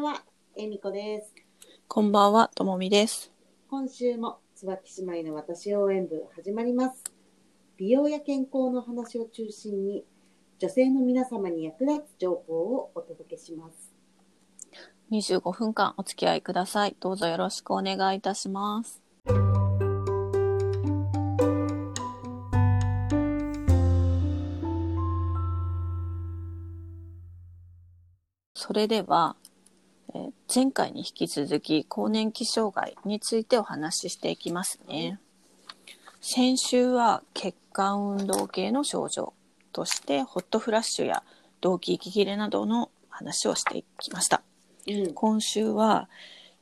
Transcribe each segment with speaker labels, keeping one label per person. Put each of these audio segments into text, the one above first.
Speaker 1: 恵美子です。
Speaker 2: こんばんは、ともみです。
Speaker 1: 今週も椿姉妹の私応援部始まります。美容や健康の話を中心に、女性の皆様に役立つ情報をお届けします。
Speaker 2: 25分間お付き合いください。どうぞよろしくお願いいたします。それでは、えー前回に引き続き更年期障害についてお話ししていきますね。先週は血管運動系の症状としてホットフラッシュや動悸息切れなどの話をしていきました。
Speaker 1: うん。
Speaker 2: 今週は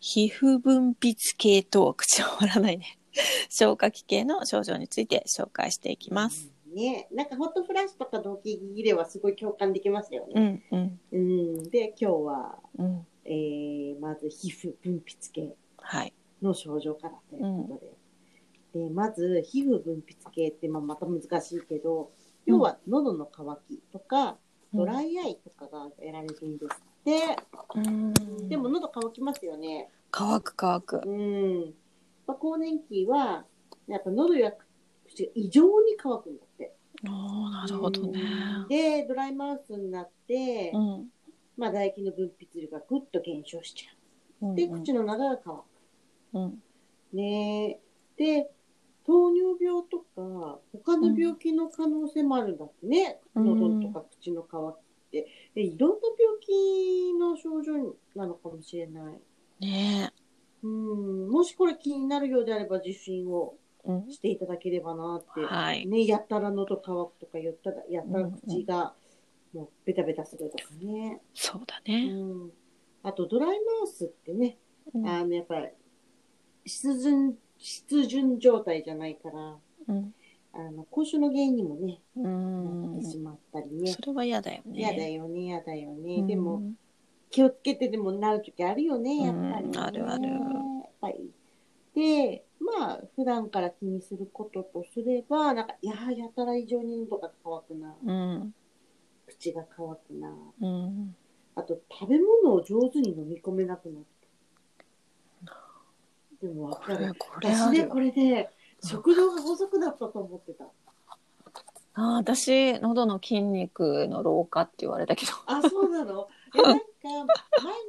Speaker 2: 皮膚分泌系と口を割らないね 消化器系の症状について紹介していきます。。
Speaker 1: ねなんかホットフラッシュとか動機切れはすごい共感できましたよ
Speaker 2: う
Speaker 1: ね。
Speaker 2: んうん
Speaker 1: うん。で、今日は、
Speaker 2: うん
Speaker 1: えー、まず皮膚分泌系。
Speaker 2: はい
Speaker 1: の症状からということで。で、まず、皮膚分泌系って、まあ、また難しいけど、要は喉の渇きとか、ドライアイとかが得られるんですって。
Speaker 2: うん
Speaker 1: でも、喉渇きますよね。
Speaker 2: 乾く乾く
Speaker 1: うん。まあ、更年期は、やっぱ喉や口が異常に乾くんだって。
Speaker 2: おーなるほどね
Speaker 1: うんで、ドライマウスになって、
Speaker 2: うん
Speaker 1: まあ、唾液の分泌量がぐっと減少しちゃ
Speaker 2: う
Speaker 1: う。
Speaker 2: ん
Speaker 1: で、口の中が乾く。
Speaker 2: うん
Speaker 1: ねえ。で、糖尿病とか、他の病気の可能性もあるんだってね。
Speaker 2: うん
Speaker 1: 喉とか口の渇きって。で、いろんな病気の症状なのかもしれない。
Speaker 2: ねえ
Speaker 1: うん。もしこれ気になるようであれば、受診を
Speaker 2: うん
Speaker 1: していただければなって。
Speaker 2: はい
Speaker 1: ね、やったら喉乾くとか、やったら、やったら口が、もうベタベタするとかね。
Speaker 2: そうだ
Speaker 1: う
Speaker 2: ね
Speaker 1: ん。あと、ドライマウスってね、
Speaker 2: うん
Speaker 1: あの、やっぱり、湿潤、湿潤状態じゃないから、
Speaker 2: うん
Speaker 1: あの、口臭の原因にもね、
Speaker 2: うん
Speaker 1: なってしまったりね
Speaker 2: そ。れは嫌だよね
Speaker 1: 嫌だよね、嫌だよね。
Speaker 2: うん
Speaker 1: でも、気をつけてでもなる時あるよね、やっぱり、ね
Speaker 2: うんあるある
Speaker 1: やっぱり。で、まあ、普段から気にすることとすれば、なんか、いやー、やたら異常に喉が乾くな、
Speaker 2: うん
Speaker 1: 口が乾くな、
Speaker 2: うん
Speaker 1: あと、食べ物を上手に飲み込めなくなった。でも、わ
Speaker 2: こ
Speaker 1: かる
Speaker 2: れ。これあ
Speaker 1: 私
Speaker 2: る
Speaker 1: ね、これで、食堂が細くなったと思ってた。
Speaker 2: あー私喉の筋肉の老化って言われたけど
Speaker 1: あ、そうな のえ、なんか、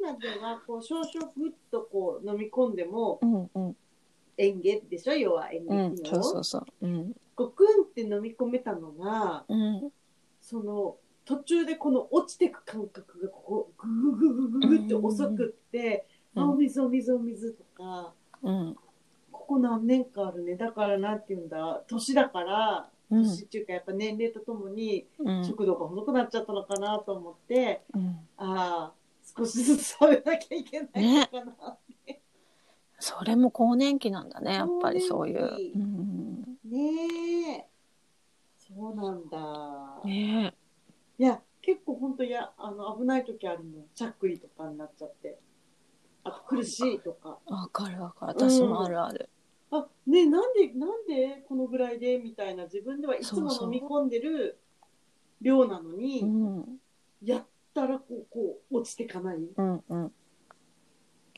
Speaker 1: 前までは、こう、少々ぐっとこう、飲み込んでも、
Speaker 2: うんうん
Speaker 1: 演芸でしょ要は演
Speaker 2: う
Speaker 1: 劇
Speaker 2: ん
Speaker 1: の。
Speaker 2: そうそうそううん
Speaker 1: ごくんって飲み込めたのが、
Speaker 2: うん
Speaker 1: その、途中でこの落ちてく感覚が、ここ、ぐぐぐぐぐぐって遅くって、
Speaker 2: うん
Speaker 1: あ、お水お水お水とか、
Speaker 2: うん
Speaker 1: ここ何年かあるね。だから、なんて言うんだ、年だから、
Speaker 2: うん
Speaker 1: 年っていうか、やっぱ年齢とともに、
Speaker 2: うん
Speaker 1: 食道が細くなっちゃったのかなと思って、
Speaker 2: うん
Speaker 1: ああ、少しずつ食べなきゃいけないのかな。
Speaker 2: それも更年期なんだねやっぱりそういう
Speaker 1: 更年期
Speaker 2: うん
Speaker 1: ねえ。そうなんだ。
Speaker 2: ね
Speaker 1: いや、結構本当いや、あの、危ない時あるもん。しゃっくりとかになっちゃって。あと、苦しいとか。
Speaker 2: えわかるわかる私もあるある
Speaker 1: あ、ねえなんで、なんでこのぐらいでみたいな自分ではいつも
Speaker 2: そ
Speaker 1: 飲
Speaker 2: うそう
Speaker 1: み込んでる量なのに、
Speaker 2: うん
Speaker 1: やったらこう、こう、落ちてかない。
Speaker 2: うんうん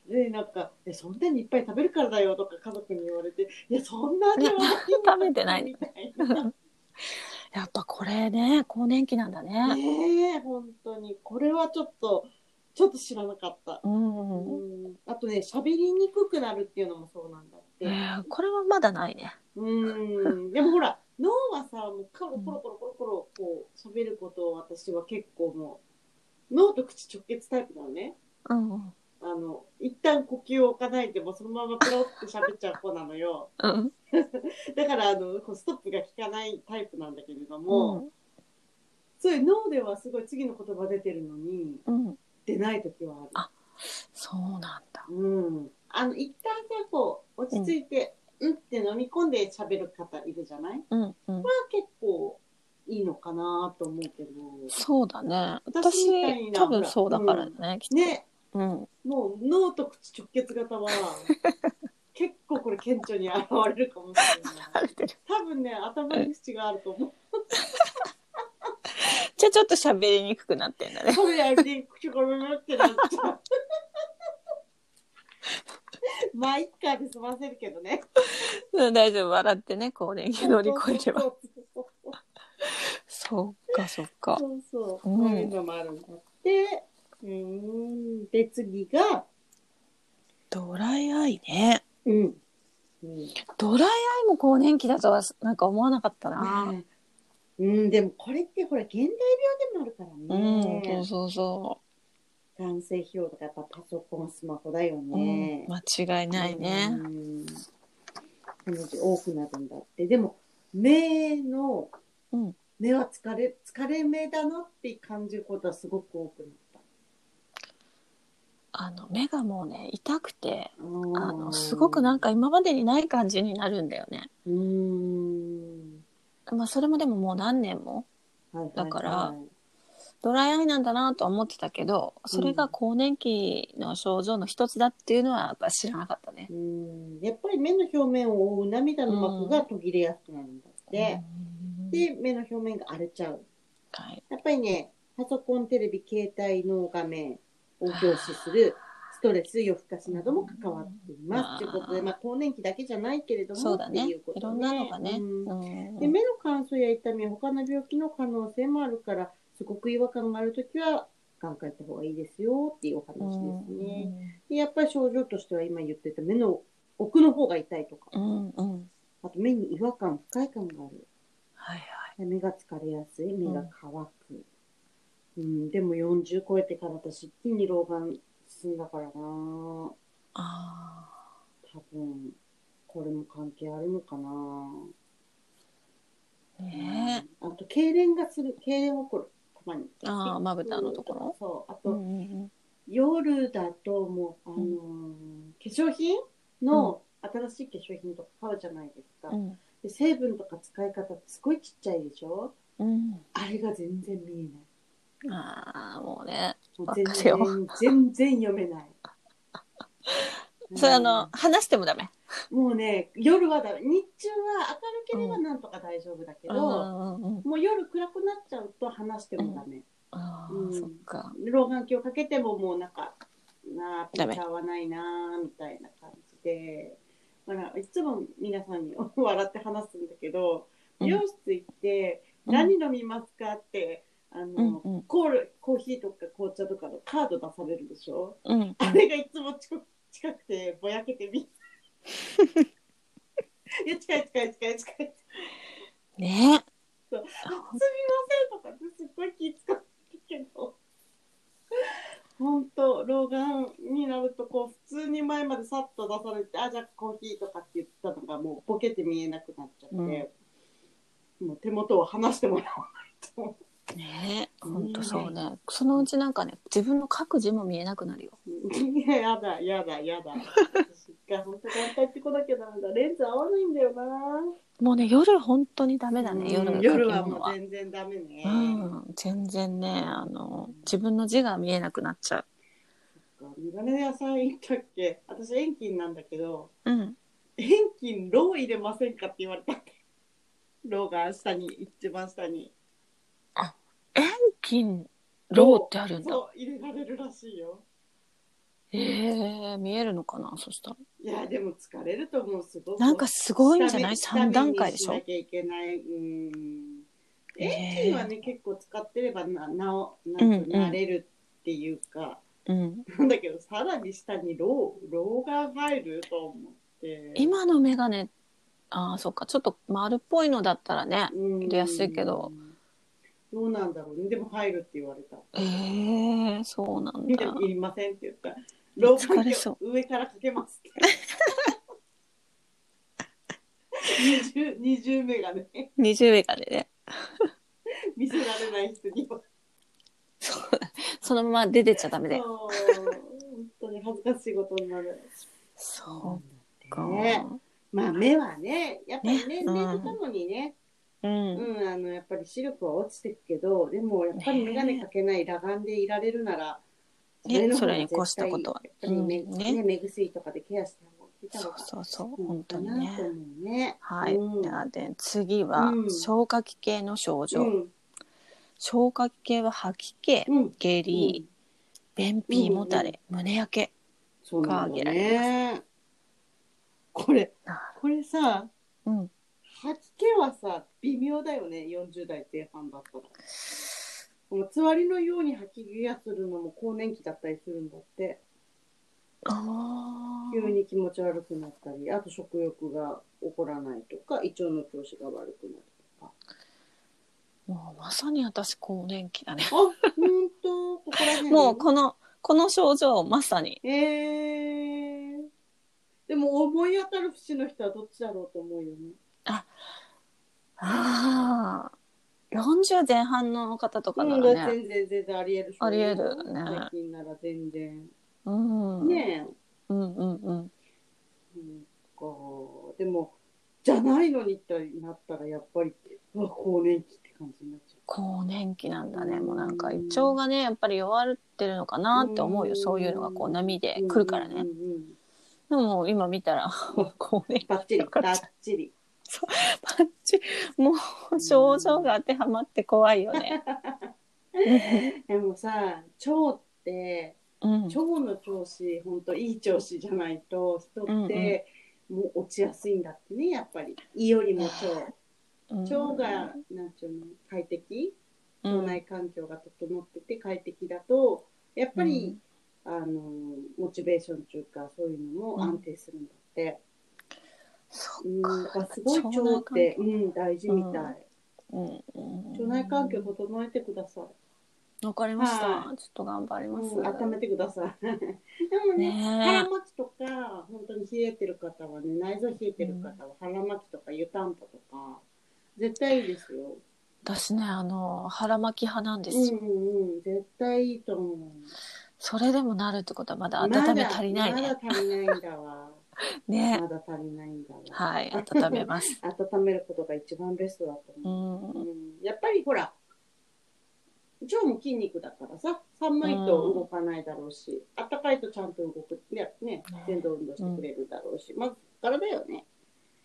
Speaker 1: で、なんか、え、そんなにいっぱい食べるからだよとか家族に言われて、いや、そんなにはない
Speaker 2: 食べてない
Speaker 1: みたいな。
Speaker 2: やっぱこれね更年期なんだね
Speaker 1: ねえ、本当に。これはちょっと、ちょっと知らなかった。
Speaker 2: うんうん
Speaker 1: うん。あとね、喋りにくくなるっていうのもそうなんだっ
Speaker 2: え
Speaker 1: て。
Speaker 2: ーこれはまだないね
Speaker 1: うん。でもほら、脳はさ、もうコロコロコロコロコロ、こう、喋ることを私は結構もう、脳と口直結タイプなのね。
Speaker 2: うんうん
Speaker 1: あの、一旦呼吸を置かないでも、そのままペロって喋っちゃう子なのよ。
Speaker 2: うん
Speaker 1: だからあのこうストップが効かないタイプなんだけれども、
Speaker 2: う
Speaker 1: そういう脳ではすごい次の言葉出てるのに
Speaker 2: ん
Speaker 1: 出ない時はあ
Speaker 2: あそうなんだ
Speaker 1: る。うん、あの一旦さこう落ち着いて、うん、って飲み込んで喋る方いるじゃない？ま
Speaker 2: うんうん
Speaker 1: あ結構いいのかなと思うけど、
Speaker 2: そうだね
Speaker 1: 私みたい
Speaker 2: 私
Speaker 1: な
Speaker 2: 多分そうだからねきっ
Speaker 1: ね
Speaker 2: とうん
Speaker 1: もう脳と口直結型 は結構これ顕著に現れるかもしれない。
Speaker 2: 食べてる
Speaker 1: 多分ね頭に口があると思う。
Speaker 2: じゃあちょっと喋りにくくなってんだね
Speaker 1: それやり口がめめってなっちゃう。まあ、一回で済ませるけどね。
Speaker 2: うん 大丈夫笑ってね更年期乗り越えれば
Speaker 1: そうそうそう
Speaker 2: そっかそっか
Speaker 1: そうそう。
Speaker 2: う
Speaker 1: そう
Speaker 2: ん
Speaker 1: いうのもあるんだって。うん。で、次が、
Speaker 2: ドライアイね
Speaker 1: うん。うん
Speaker 2: ドライアイも更年期だとはなんか思わなかったな、
Speaker 1: ねえうん、でもこれってほら現代病でもあるから
Speaker 2: うんそ
Speaker 1: ね
Speaker 2: う。そうそ
Speaker 1: 男性疲労とかやっぱパソコンスマホだよ
Speaker 2: う、うん
Speaker 1: ね。
Speaker 2: 間違いないね、
Speaker 1: うん。このうち多くなるんだって。でも目の、
Speaker 2: うん
Speaker 1: 目は疲れ疲れ目だなって感じることはすごく多くなった。
Speaker 2: あの目がもうね痛くて
Speaker 1: あ
Speaker 2: あのすごくなん
Speaker 1: か。
Speaker 2: か今までにない感じになるんだよね
Speaker 1: うん。
Speaker 2: まあそれもでももう何年も
Speaker 1: はいはいはい
Speaker 2: だからドライアイなんだなとは思ってたけどそれが更年期の症状の一つだっていうのはやっぱ知らなかったね。
Speaker 1: うん、やっぱり目の表面を覆う涙の膜が途切れやすくなるんだって、
Speaker 2: うん
Speaker 1: で目の表面が荒れちゃう
Speaker 2: はい、
Speaker 1: やっぱりねパソコンテレビ携帯の画面を凝視するストレス夜更かしなども関わっていますということで、まあ、更年期だけじゃないけれども
Speaker 2: そうだね
Speaker 1: っていうこと
Speaker 2: いろんなのがね。
Speaker 1: うん
Speaker 2: うん
Speaker 1: で目の乾燥や痛みは他の病気の可能性もあるからすごく違和感があるときは眼科行った方がいいですよっていうお話ですね。でやっぱり症状としては今言ってた目の奥の方が痛いとか、
Speaker 2: うんうん
Speaker 1: あと目に違和感、不快感がある。
Speaker 2: はいはい
Speaker 1: で目が疲れやすい、目が乾く。うん、でも40超えてから私、一気に老眼進んだからな多
Speaker 2: あ
Speaker 1: 分、これも関係あるのかな
Speaker 2: ーねえ
Speaker 1: あと、痙攣がする、痙攣起こる、たまに。
Speaker 2: あーまぶたのところ
Speaker 1: そう。あと、
Speaker 2: うんうん
Speaker 1: 夜だともう、あのー化粧品の、新しい化粧品とか買うじゃないですか。
Speaker 2: うん
Speaker 1: で成分とか使い方ってすごいちっちゃいでしょ
Speaker 2: うん
Speaker 1: あれが全然見えない
Speaker 2: うんああもうね
Speaker 1: もう
Speaker 2: わ
Speaker 1: 全
Speaker 2: かるよ
Speaker 1: 然全然読めない
Speaker 2: それあの話してもダメ。
Speaker 1: うんもうね夜はだめ日中は明るければなんとか大丈夫だけ
Speaker 2: う
Speaker 1: ど、
Speaker 2: んうんうん
Speaker 1: もう夜暗くなっちゃうと話してもダメ、
Speaker 2: あ
Speaker 1: うん
Speaker 2: ーそっか
Speaker 1: 老眼鏡かけてももうなんかなあピ
Speaker 2: ダ
Speaker 1: ッ
Speaker 2: メ
Speaker 1: チャーはないなあみたいな感じでだからいつも皆さんに笑って話すんだけど
Speaker 2: うん
Speaker 1: 美容室行って「何飲みますか?」ってあの、
Speaker 2: うんうん
Speaker 1: コールコーヒーとか紅茶とかのカード出されるでしょ
Speaker 2: うんうん
Speaker 1: あれがいつも近く近くてぼやけてみいや近い近い近い近い
Speaker 2: ね
Speaker 1: すみませんとかってすっごい気使ってるけど本当老眼になるとこう普通に前までさっと出されてあじゃあコーヒーとかって言ったのがもうボケて見えなくなっちゃって、もう手元を離してもらわないと
Speaker 2: ね本当そうねそのうちなんかね自分の書く字も見えなくなるよ。
Speaker 1: いややだやだやだ私が本当眼帯ってこなきゃダメだレンズ合わないんだよな
Speaker 2: もうね夜本当にダメだ
Speaker 1: う
Speaker 2: ね
Speaker 1: ん
Speaker 2: 夜の書
Speaker 1: 夜
Speaker 2: き
Speaker 1: は
Speaker 2: 物
Speaker 1: も
Speaker 2: は
Speaker 1: う。全然ダメね、
Speaker 2: うん、全然ねあの自分の字が見えなくなっちゃ
Speaker 1: メガネ屋さん行ったっけ私遠近なんだけど、
Speaker 2: う、うん、
Speaker 1: 遠近ロー入れませんかって言われたってローが下に一番下に
Speaker 2: 遠近ローってあるんだ
Speaker 1: そう入れられるらしいよ
Speaker 2: えー、見えるのかなそしたら
Speaker 1: いやでも疲れると思うすごく
Speaker 2: なんかすごいんじゃない
Speaker 1: 下見
Speaker 2: ?3 段階でし
Speaker 1: 下見に
Speaker 2: ょ
Speaker 1: なきゃいけないうん
Speaker 2: え
Speaker 1: 遠近はね結構使ってればななおなんかなれるっていうか、
Speaker 2: うん、
Speaker 1: なんだけどさらに下にローローが入ると思って
Speaker 2: 今の眼鏡ああそっかちょっと丸っぽいのだったらね
Speaker 1: 入
Speaker 2: れやすいけど
Speaker 1: どうなんだろうねでも入るって言われた
Speaker 2: えー、そうなんだ
Speaker 1: いりませんって言ったら。ロープ
Speaker 2: 疲れそ
Speaker 1: 上からかけますって。20, 20目がね、
Speaker 2: 二重眼鏡で
Speaker 1: 見せられない人には。
Speaker 2: そうそのまま出てっちゃダメで
Speaker 1: そう本当に恥ずかしいことになる。
Speaker 2: そっか、
Speaker 1: ねまあ目はね、やっぱり年齢とともにね、
Speaker 2: うん、
Speaker 1: うん、あの、やっぱり視力は落ちてくけど、でもやっぱり眼鏡かけない裸眼でいられるなら、
Speaker 2: ね
Speaker 1: の方が
Speaker 2: それに越したことは
Speaker 1: 絶対やっぱり目,、
Speaker 2: うん
Speaker 1: ね
Speaker 2: ね
Speaker 1: 目薬とかでケアした方がいいだ
Speaker 2: そ
Speaker 1: ろう
Speaker 2: う
Speaker 1: から
Speaker 2: そうそう
Speaker 1: 本
Speaker 2: 本
Speaker 1: 当
Speaker 2: 当
Speaker 1: に
Speaker 2: に
Speaker 1: ね
Speaker 2: ね。
Speaker 1: ね
Speaker 2: はい、
Speaker 1: うん
Speaker 2: ではで次は
Speaker 1: うん
Speaker 2: 消化器系の症
Speaker 1: う
Speaker 2: 状、
Speaker 1: ん。
Speaker 2: 消化器系は吐き気、
Speaker 1: うん。
Speaker 2: 下痢、便秘もたれ、胸焼け
Speaker 1: そうなんだよね。これ
Speaker 2: な
Speaker 1: これさ
Speaker 2: うん。
Speaker 1: 吐き気はさ微妙だよね40代前半だ ったらこのつわりのように吐き気がするのも更年期だったりするんだって
Speaker 2: あ
Speaker 1: 急に気持ち悪くなったりあと食欲が起こらないとか胃腸の調子が悪くなるとか
Speaker 2: あ。もうまさに私更年期だね。
Speaker 1: あほんとここら辺
Speaker 2: もうこの、この症状まさに。
Speaker 1: えー、でも思い当たる節の人はどっちだろうと思うよね
Speaker 2: ああ。40前半の方とかな
Speaker 1: うん、
Speaker 2: らね。
Speaker 1: 全然全然ありえるし
Speaker 2: ありえるね
Speaker 1: 最近なら全然
Speaker 2: うん。
Speaker 1: ねえ
Speaker 2: うんうんうん。
Speaker 1: うんかでもじゃないのにってなったらやっぱりうわ更年期って感じになっちゃ
Speaker 2: 更年期なんだね。
Speaker 1: うん
Speaker 2: もうなんか胃腸がね、やっぱり弱ってるのかなって思う
Speaker 1: う
Speaker 2: よ。
Speaker 1: ん
Speaker 2: そういうのがこう波で
Speaker 1: う
Speaker 2: 来るから
Speaker 1: うん。
Speaker 2: ね
Speaker 1: うんうん
Speaker 2: でも今見たら、 もう更年期。
Speaker 1: バッチリ
Speaker 2: よか
Speaker 1: バ
Speaker 2: った
Speaker 1: ッチリ
Speaker 2: パッチもう症状が当てはまって怖いよ ね。
Speaker 1: でもさ腸って
Speaker 2: うん
Speaker 1: 腸の調子ほんといい調子じゃないと人ってもう落ちやすいんだってねやっぱり胃よりも腸腸がなんていうの快適腸内環境が整ってて快適だとやっぱり、あのモチベーションというかそういうのも安定するんだって、うん、だからすごい腸って、うん、大事みたい、
Speaker 2: うんうん
Speaker 1: 腸内環境整えてください、
Speaker 2: わかりました。
Speaker 1: は
Speaker 2: ちょっと頑張ります。
Speaker 1: うん温めてください でもね
Speaker 2: ねえ
Speaker 1: 腹巻きとか本当に冷えてる方はね内臓冷えてる方は腹巻きとか湯たんぽとか絶対いいですよ、
Speaker 2: 私ね、あの、腹巻き派なんで
Speaker 1: うん
Speaker 2: すよ。
Speaker 1: うんうん絶対いいと思う
Speaker 2: それでもなるってことはまだ温め足りない
Speaker 1: ま
Speaker 2: ね。
Speaker 1: だまだ足りないんだわ。
Speaker 2: ね。
Speaker 1: まだ足りないんだわ。
Speaker 2: はい、温め ます。
Speaker 1: 温めることが一番ベストだと
Speaker 2: う
Speaker 1: 思
Speaker 2: ん
Speaker 1: う。。うん、やっぱりほら、腸も筋肉だからさ、寒いと動かないだろうし、暖かいとちゃんと動く、ね、ね、全動運動してくれるだろうし、まずからだよね。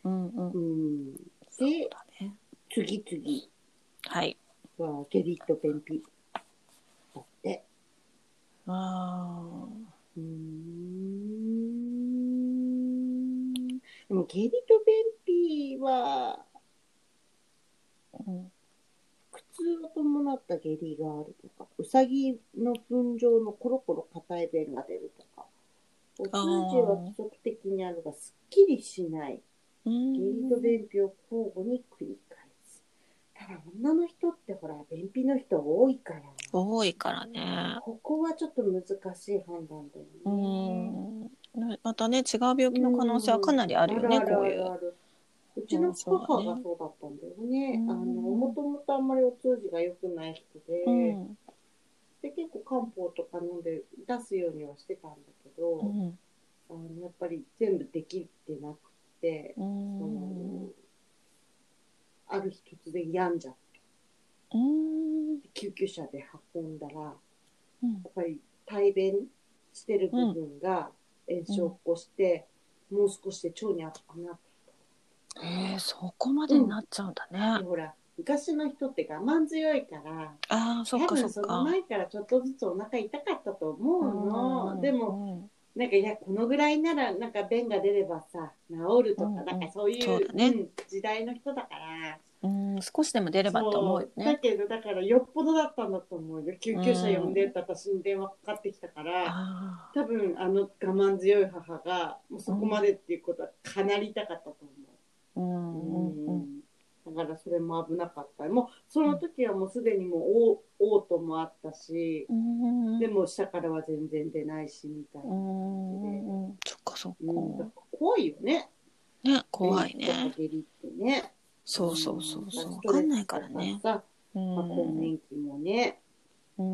Speaker 2: うんうん。
Speaker 1: ん。で、次々
Speaker 2: はい。
Speaker 1: は下痢と便秘。だって。
Speaker 2: あ
Speaker 1: うーん。でも下痢と便秘は、
Speaker 2: ーうん
Speaker 1: 苦痛を伴った下痢があるとか、うさぎの糞状のコロコロ硬い便が出るとか、お通じは規則的にあるが、すっきりしない。下痢と便秘を交互に繰り返す。ただ、女の人ってほら、便秘の人多いから、
Speaker 2: 多いからね。
Speaker 1: ここはちょっと難しい判断だよね。
Speaker 2: うん。またね、違う病気の可能性はかなりあるよね、
Speaker 1: あるある
Speaker 2: こうい
Speaker 1: あ
Speaker 2: う。
Speaker 1: るあるうちの母がそうだったんだよね。
Speaker 2: うん
Speaker 1: あの、もともとあんまりお通じが良くない人で、
Speaker 2: うん。
Speaker 1: で結構漢方とか飲んで出すようにはしてたんだけど、
Speaker 2: うん
Speaker 1: あのやっぱり全部できてなくて、
Speaker 2: う
Speaker 1: そ
Speaker 2: ん
Speaker 1: の。ある日突然病んじゃっ
Speaker 2: うん。
Speaker 1: て救急車で運んだらや
Speaker 2: うん
Speaker 1: っぱり大便してる部分が炎症を起こして、もう少しで腸に悪くなって
Speaker 2: えー、そこまでになっちゃうんだ
Speaker 1: た、で
Speaker 2: ね。
Speaker 1: ほら昔の人って我慢強いから
Speaker 2: ああ、そっ
Speaker 1: 多
Speaker 2: かそ
Speaker 1: 分
Speaker 2: っ
Speaker 1: その
Speaker 2: か。
Speaker 1: 前からちょっとずつお腹痛かったと思うの、
Speaker 2: うん
Speaker 1: でも、なんかいやこのぐらいならなんか便が出ればさ治るとか、
Speaker 2: うんうん
Speaker 1: なんかそういう
Speaker 2: そうだね
Speaker 1: うん時代の人だから
Speaker 2: うん、うん少しでも出ればと思うよ
Speaker 1: そうだ
Speaker 2: ね。
Speaker 1: けどだからよっぽどだったんだと思うよ救急車
Speaker 2: うん
Speaker 1: 呼んでって私に電話かかってきたから、
Speaker 2: あ
Speaker 1: 多分あの我慢強い母がもうそこまでっていうことはかなり痛かったと
Speaker 2: あ、うん
Speaker 1: 思
Speaker 2: う
Speaker 1: う、
Speaker 2: んう
Speaker 1: う
Speaker 2: ん。
Speaker 1: んだからそれも危なかったもうその時はもうすでにもうお嘔吐もあったし、
Speaker 2: うん
Speaker 1: でも下からは全然出ないしみたいな、
Speaker 2: うんうんそっかそっ
Speaker 1: うんだか
Speaker 2: か。
Speaker 1: ら怖いよね
Speaker 2: ね、怖い
Speaker 1: 下痢
Speaker 2: ね
Speaker 1: と。か下痢ってね。
Speaker 2: そうそうそうそ
Speaker 1: ん
Speaker 2: う。わかんないからね。。
Speaker 1: さ、
Speaker 2: う
Speaker 1: まあ、更
Speaker 2: ん。
Speaker 1: 年期もね、
Speaker 2: う。
Speaker 1: う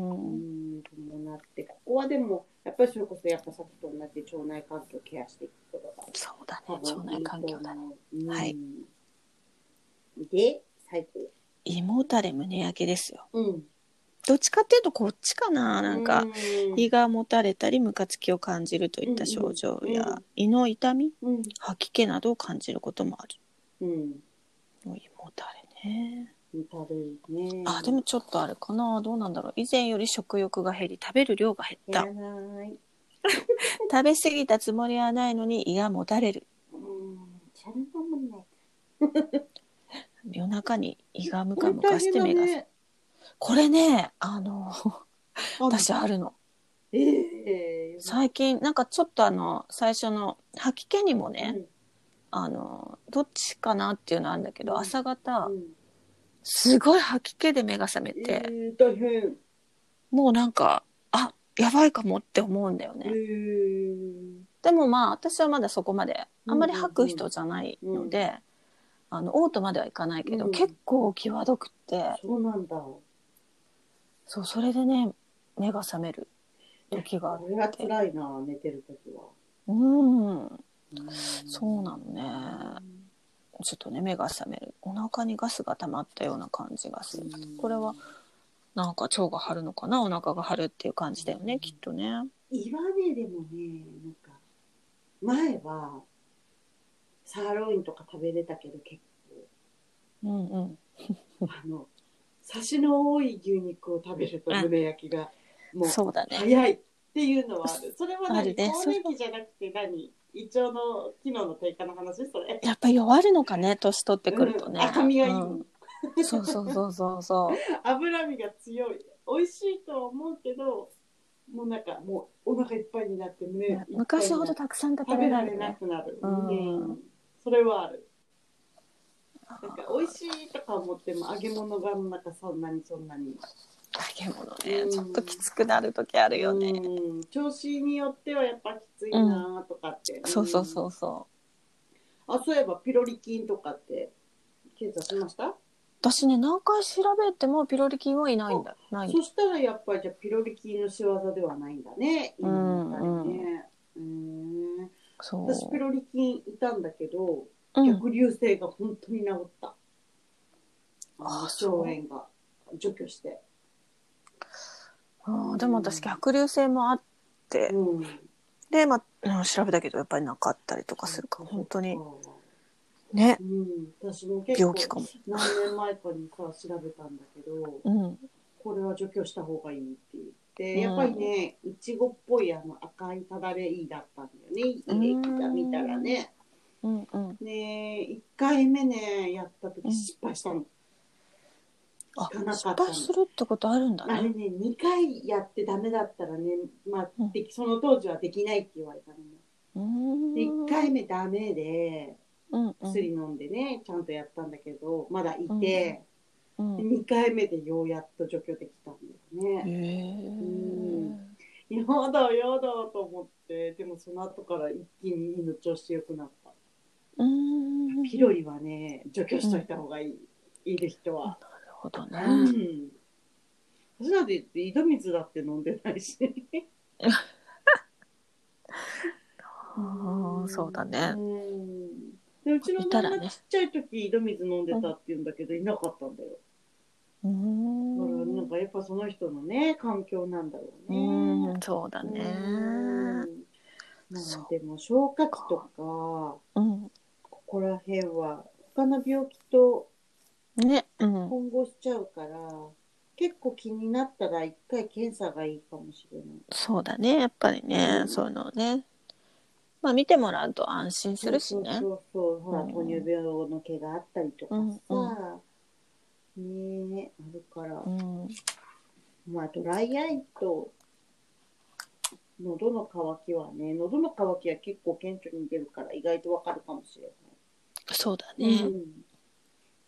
Speaker 1: んん、伴って、ここはでも、やっぱりそれこそ、やっぱさっきと同じ腸内環境ケアしていくことが
Speaker 2: そうだね。腸内環境だね。
Speaker 1: ね。うん
Speaker 2: はい。
Speaker 1: で、最後。
Speaker 2: 胃もたれ胸焼けですよ。
Speaker 1: うん。
Speaker 2: どっちかっていうとこっちかな。なんか
Speaker 1: う、
Speaker 2: 胃がもたれたりムカつきを感じるといった症状や、
Speaker 1: うんうん
Speaker 2: 胃の痛み
Speaker 1: うん。
Speaker 2: 吐き気などを感じることもある
Speaker 1: うん。
Speaker 2: 胃もたれね
Speaker 1: 食べるね。
Speaker 2: あでもちょっとあれかなどうなんだろう以前より食欲が減り食べる量が減
Speaker 1: い
Speaker 2: った
Speaker 1: らない。
Speaker 2: 食べ過ぎたつもりはないのに胃がもたれる
Speaker 1: うんシャレだもんね。
Speaker 2: 夜中に胃がむ
Speaker 1: こ
Speaker 2: か
Speaker 1: れ
Speaker 2: むか
Speaker 1: 大
Speaker 2: し
Speaker 1: 変
Speaker 2: て
Speaker 1: だ
Speaker 2: 目が覚め
Speaker 1: ね。
Speaker 2: これねあの私
Speaker 1: あ
Speaker 2: あるの
Speaker 1: ええ
Speaker 2: 最近なんかちょっとあの最初の吐き気にもね、
Speaker 1: うん
Speaker 2: あのどっちかなっていうのあるんだけど、
Speaker 1: うん
Speaker 2: 朝方
Speaker 1: うん
Speaker 2: すごい吐き気で目が覚め
Speaker 1: え
Speaker 2: て、
Speaker 1: え大変。
Speaker 2: もうなんかあやばいかもって思うんだよね、
Speaker 1: ええ
Speaker 2: でもまあ私はまだそこまであんまり吐
Speaker 1: うん
Speaker 2: く
Speaker 1: うんうん
Speaker 2: 人じゃないので、あのオートまではいかないけど、
Speaker 1: うん
Speaker 2: 結構際どくって
Speaker 1: そうなんだ。
Speaker 2: そうそれでね目が覚める時があ
Speaker 1: あ
Speaker 2: る
Speaker 1: れは辛いな、寝てるときは。
Speaker 2: うんそう
Speaker 1: う
Speaker 2: なのね
Speaker 1: ん。
Speaker 2: ちょっとね目が覚めるお腹にガスが溜まったような感じがする
Speaker 1: うん
Speaker 2: これはなんか腸が張るのかなお腹が張るっていう感じだよねきっとね
Speaker 1: 今ねでもねなんか前はサーロインとか食べれたけど結
Speaker 2: うんうん
Speaker 1: 構 あのサシの多い牛肉を食べると
Speaker 2: あ
Speaker 1: 胸焼きがもう
Speaker 2: そうだね
Speaker 1: 早いっていうのはあるそれは
Speaker 2: あ
Speaker 1: 何
Speaker 2: るね
Speaker 1: 更年期じゃなくて何胃腸の機能の低下の話それ
Speaker 2: やっぱ弱るのかね年取ってくるとね、
Speaker 1: うん赤身がいい
Speaker 2: うんそうそうそうそうそう
Speaker 1: 脂身が強い美味しいとは思うけどもうなんかもうお腹いっぱいになって胸いっぱいになって
Speaker 2: 昔ほどたくさん食べ
Speaker 1: 食べ
Speaker 2: ら
Speaker 1: ら
Speaker 2: れ
Speaker 1: れな
Speaker 2: ない。
Speaker 1: くなる、
Speaker 2: うん
Speaker 1: うんそれはあるなんか美味しいとか思っても揚げ物がなんかそんなにそんなに
Speaker 2: 揚げ物
Speaker 1: うん
Speaker 2: ね、ちょっときつくなる時あるよね。
Speaker 1: うん調子によってはやっぱきついなとかって、
Speaker 2: そうそうそうそう。
Speaker 1: うんあそういえばピロリ菌とかって検査しました
Speaker 2: 私ね、何回調べてもピロリ菌はいないんだ。ないんだ
Speaker 1: そしたらやっぱりじゃあピロリ菌の仕業ではないんだね今みたいね、うん
Speaker 2: そ
Speaker 1: 私ピ
Speaker 2: う。
Speaker 1: ロリ菌いたんだけど
Speaker 2: うん。
Speaker 1: 逆流性が本当に治った。
Speaker 2: あ
Speaker 1: あ
Speaker 2: そう
Speaker 1: の腸炎が除去して。
Speaker 2: あーでも私逆流性もあって、
Speaker 1: うん。
Speaker 2: で、まあ、うん調べたけどやっぱりなかったりとかするから、本当にね、
Speaker 1: うん。私も結
Speaker 2: 病気か
Speaker 1: 構
Speaker 2: も。
Speaker 1: 何年前かにさ調べたんだけど、
Speaker 2: うん。
Speaker 1: これは除去した方がいいって言って、
Speaker 2: うん
Speaker 1: やっぱりね、いちごっぽいあの赤いただれいいだったんだよね。いい
Speaker 2: うん
Speaker 1: 液が見たらね。
Speaker 2: うんうん。
Speaker 1: ね一回目ね、やった時
Speaker 2: うん
Speaker 1: 失敗したの。
Speaker 2: あ
Speaker 1: 聞かな、かったの
Speaker 2: 失敗するってことあるんだ
Speaker 1: あれね、
Speaker 2: ね。
Speaker 1: 2回やってダメだったらね、まあ、
Speaker 2: うん
Speaker 1: できその当時はできないって言われたのね。
Speaker 2: うーん。
Speaker 1: で、1回目ダメで、
Speaker 2: うんうん
Speaker 1: 薬飲んでね、ちゃんとやったんだけど、まだいて、
Speaker 2: うん。
Speaker 1: 2回目でようやっと除去できたんだよ
Speaker 2: へ
Speaker 1: ね。
Speaker 2: ー
Speaker 1: やだやだと思って、でもその後から一気に胃の調子良くなった。
Speaker 2: うーん。な
Speaker 1: ピ
Speaker 2: る
Speaker 1: ロリはね、除去しといた方がいい。いる人は。
Speaker 2: ほどね。
Speaker 1: うん。私なんて井戸水だって飲んでないし。
Speaker 2: あーそうだね。
Speaker 1: うん。でうちの
Speaker 2: いた
Speaker 1: 旦
Speaker 2: ら
Speaker 1: 那
Speaker 2: ね
Speaker 1: ちっちゃい時井戸水飲んでたって言うんだけど、いなかったんだよ。
Speaker 2: うー
Speaker 1: だから
Speaker 2: ん
Speaker 1: なんかやっぱその人のね環境なんだろう
Speaker 2: う
Speaker 1: ね。
Speaker 2: ーん、そうだね。
Speaker 1: うんな
Speaker 2: そ
Speaker 1: ん
Speaker 2: う
Speaker 1: でも消化器とか
Speaker 2: うん。
Speaker 1: ここら辺は他の病気と
Speaker 2: ね、うん。
Speaker 1: 混合しちゃうから、結構気になったら一回検査がいいかもしれない。
Speaker 2: そうだね、やっぱりね、
Speaker 1: うん
Speaker 2: そういうのね。まあ、見てもらうと安心するしね
Speaker 1: そ。うそうそうほら、
Speaker 2: うん
Speaker 1: 糖尿病の毛があったりとかさ、ねえあるから、
Speaker 2: うん。
Speaker 1: まあドライアイと喉の渇きはね喉の渇きは結構顕著に出るから意外とわかるかもしれ
Speaker 2: そうだ
Speaker 1: ない、
Speaker 2: ね
Speaker 1: う。ん、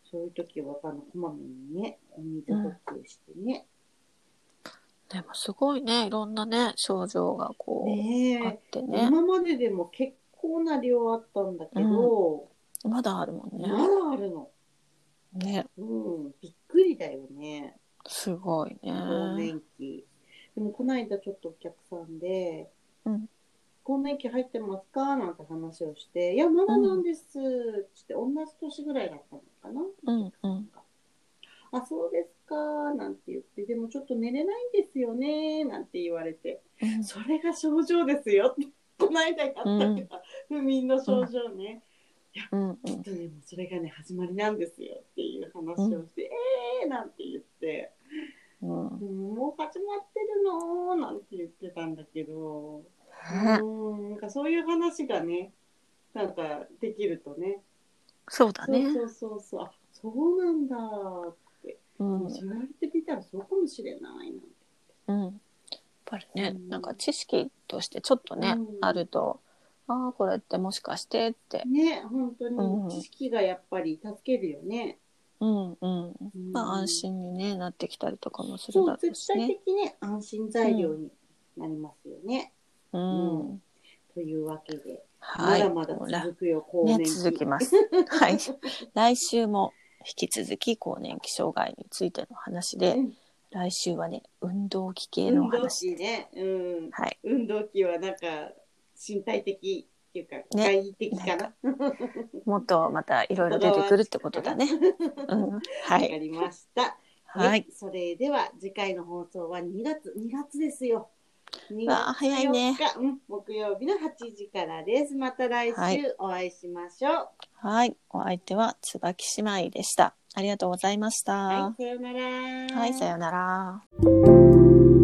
Speaker 1: そういう時はあのこまめにねお水補給してね、
Speaker 2: でも、すごいね、いろんなね、症状がこう、あっ
Speaker 1: ね
Speaker 2: て
Speaker 1: え
Speaker 2: ね。
Speaker 1: 今まででも結構な量あったんだけど、
Speaker 2: まだあるもん
Speaker 1: まだあるの、
Speaker 2: ね。ね、
Speaker 1: うん、びっくりだよね
Speaker 2: すごいね。
Speaker 1: 更年期。でもこの間ちょっとお客さんで、
Speaker 2: うん
Speaker 1: 更年期入ってますかなんて話をして、いや、まだなんです。つって、同じ年ぐらいだったのかな。
Speaker 2: うんうん。
Speaker 1: あ、そうですか。なんて言って、でもちょっと寝れないんですよね。なんて言われて、
Speaker 2: うん
Speaker 1: それが症状ですよって。この間やったけど、不眠の症状ね。
Speaker 2: うんう
Speaker 1: き
Speaker 2: ん
Speaker 1: っとね、もうそれがね、始まりなんですよっていう話をして、えーなんて言って。
Speaker 2: うん。
Speaker 1: もう始まってるのーなんて言ってたんだけど、う
Speaker 2: ね
Speaker 1: ーんなんかそういう話がねなんかできるとね。
Speaker 2: そうだね。
Speaker 1: そうそうそうそう。あ、そうなんだ。
Speaker 2: うん
Speaker 1: もう。そう言われてみたらそうかもしれないな。
Speaker 2: うん、やっぱりね、
Speaker 1: うん
Speaker 2: なんか知識としてちょっとね、
Speaker 1: うん
Speaker 2: あるとああこれってもしかしてって、
Speaker 1: ね、本当
Speaker 2: うん
Speaker 1: に知識がやっぱり助けるよね。
Speaker 2: うんうん
Speaker 1: うん
Speaker 2: まあ、安心に、ね、なってきたりとかもする
Speaker 1: そ
Speaker 2: だ
Speaker 1: う、
Speaker 2: ろう
Speaker 1: 絶
Speaker 2: し
Speaker 1: 対
Speaker 2: ね。
Speaker 1: 的に安心材料になりますよね。
Speaker 2: うん
Speaker 1: うというわけで、
Speaker 2: はい、
Speaker 1: まだま
Speaker 2: ほ
Speaker 1: だ
Speaker 2: ら
Speaker 1: 続くよ、更年
Speaker 2: ね、
Speaker 1: 期
Speaker 2: 続 きます。はい、来週も引き続き更年期障害についての話で、
Speaker 1: うん
Speaker 2: 来週はね運動器系のお
Speaker 1: 運動
Speaker 2: 話。
Speaker 1: 器ね、うん、
Speaker 2: はい、
Speaker 1: 運動器はなんか身体的っていうか、外的かな。
Speaker 2: もっとまたいろいろ出てくるってこ とだね。うん、は
Speaker 1: わか
Speaker 2: い、
Speaker 1: りました。
Speaker 2: は
Speaker 1: はいい、、それでは次回の放送は2月、2月ですよ。2
Speaker 2: わあ早いね
Speaker 1: 4日うん、木曜日の8時からです。また来
Speaker 2: は
Speaker 1: 週
Speaker 2: い
Speaker 1: お会いしましょう。
Speaker 2: はい、お相手は椿姉妹でした。ありがとうございました。
Speaker 1: はい、さようなら。
Speaker 2: はい、さようなら。